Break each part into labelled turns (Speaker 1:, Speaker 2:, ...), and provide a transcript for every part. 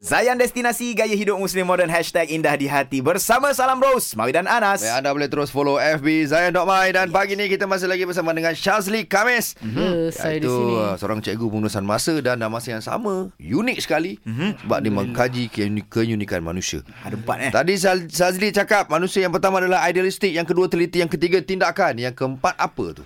Speaker 1: Zayan Destinasi Gaya Hidup Muslim Modern Hashtag Indah di Hati Bersama Salam Rose, Mawi dan Anas
Speaker 2: Ya, anda boleh terus follow FB Zayan.my dan pagi ni kita masih lagi bersama dengan Shazli Kamis.
Speaker 3: Ya, saya di
Speaker 2: Iaitu,
Speaker 3: sini.
Speaker 2: uh, seorang cikgu pengurusan masa dan dalam masa yang sama, unik sekali
Speaker 3: Mm-hmm.
Speaker 2: sebab dia mengkaji keuni- keunikan manusia.
Speaker 1: Ada empat eh
Speaker 2: Tadi Shaz- Shazli cakap manusia yang pertama adalah idealistik, yang kedua teliti, yang ketiga tindakan, yang keempat apa tu?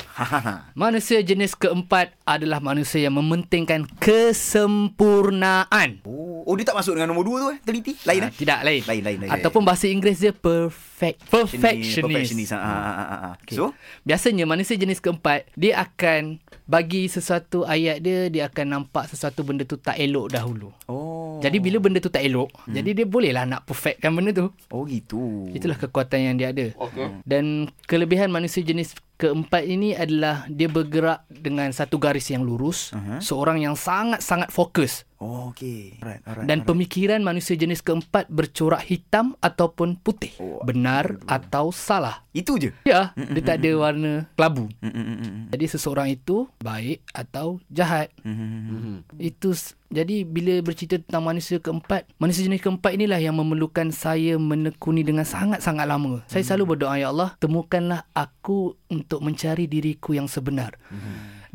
Speaker 3: Manusia jenis keempat adalah manusia yang mementingkan kesempurnaan.
Speaker 1: oh, oh, dia tak masuk dengan nombor dua tu eh Teliti Lain eh
Speaker 3: Tidak lain.
Speaker 1: Lain, lain, lain.
Speaker 3: Ataupun bahasa Inggeris dia perfect perfectionist. Hmm.
Speaker 1: Perfectionist ah, ah, ah, ah, ah.
Speaker 3: Okay.
Speaker 1: So
Speaker 3: So, biasanya manusia jenis keempat dia akan bagi sesuatu ayat dia dia akan nampak sesuatu benda tu tak elok dahulu.
Speaker 1: Oh
Speaker 3: Jadi bila benda tu tak elok, hmm. jadi dia bolehlah nak perfectkan benda tu.
Speaker 1: Oh gitu
Speaker 3: Hmm. Itulah kekuatan yang dia ada. Okay. Dan kelebihan manusia jenis keempat ini adalah dia bergerak dengan satu garis yang lurus, uh-huh. seorang yang sangat-sangat fokus.
Speaker 1: Oh okay Alright, alright,
Speaker 3: Dan pemikiran manusia jenis keempat bercorak hitam ataupun putih,
Speaker 1: Oh.
Speaker 3: benar atau salah.
Speaker 1: Itu je
Speaker 3: Ya, dia tak ada warna kelabu.
Speaker 1: Mm, mm, mm, mm.
Speaker 3: Jadi seseorang itu baik atau jahat.
Speaker 1: Mhm.
Speaker 2: Mm-hmm.
Speaker 3: Itu s- jadi bila bercerita tentang manusia keempat, manusia jenis keempat inilah yang memerlukan saya menekuni dengan sangat-sangat lama. Saya selalu berdoa ya Allah, temukanlah aku untuk mencari diriku yang sebenar.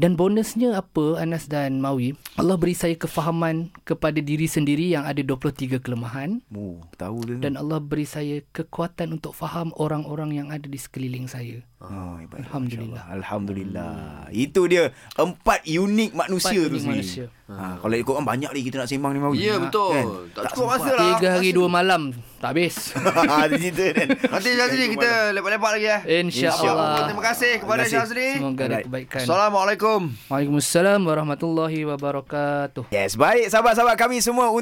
Speaker 3: Dan bonusnya apa Anas dan Mawi? Allah beri saya kefahaman kepada diri sendiri yang ada 23 kelemahan
Speaker 1: Oh tahu dia
Speaker 3: dan Allah beri saya kekuatan untuk faham orang-orang yang ada di sekeliling saya.
Speaker 1: Oh, hebat.
Speaker 3: Alhamdulillah.
Speaker 1: Masya Allah. Alhamdulillah. Itu dia empat unik manusia
Speaker 3: Empat
Speaker 1: tu
Speaker 3: unik
Speaker 1: sendiri.
Speaker 3: manusia.
Speaker 1: Ha, kalau ikut kan banyak lagi kita nak sembang ni Mawi. Kan?
Speaker 2: Ya, betul. Tak
Speaker 1: sempat.
Speaker 2: cukup masa lah.
Speaker 3: Tiga hari dua malam tak habis.
Speaker 1: Ha, dia cerita kan.
Speaker 2: Nanti Shazli kita lepak-lepak lagi eh.
Speaker 3: InsyaAllah.
Speaker 2: Terima kasih kepada
Speaker 1: Terima kasih.
Speaker 2: Shazli.
Speaker 3: Semoga kan. ada
Speaker 1: Alright.
Speaker 3: kebaikan.
Speaker 2: Assalamualaikum.
Speaker 3: Waalaikumsalam warahmatullahi wabarakatuh.
Speaker 1: Yes, baik sahabat-sahabat kami semua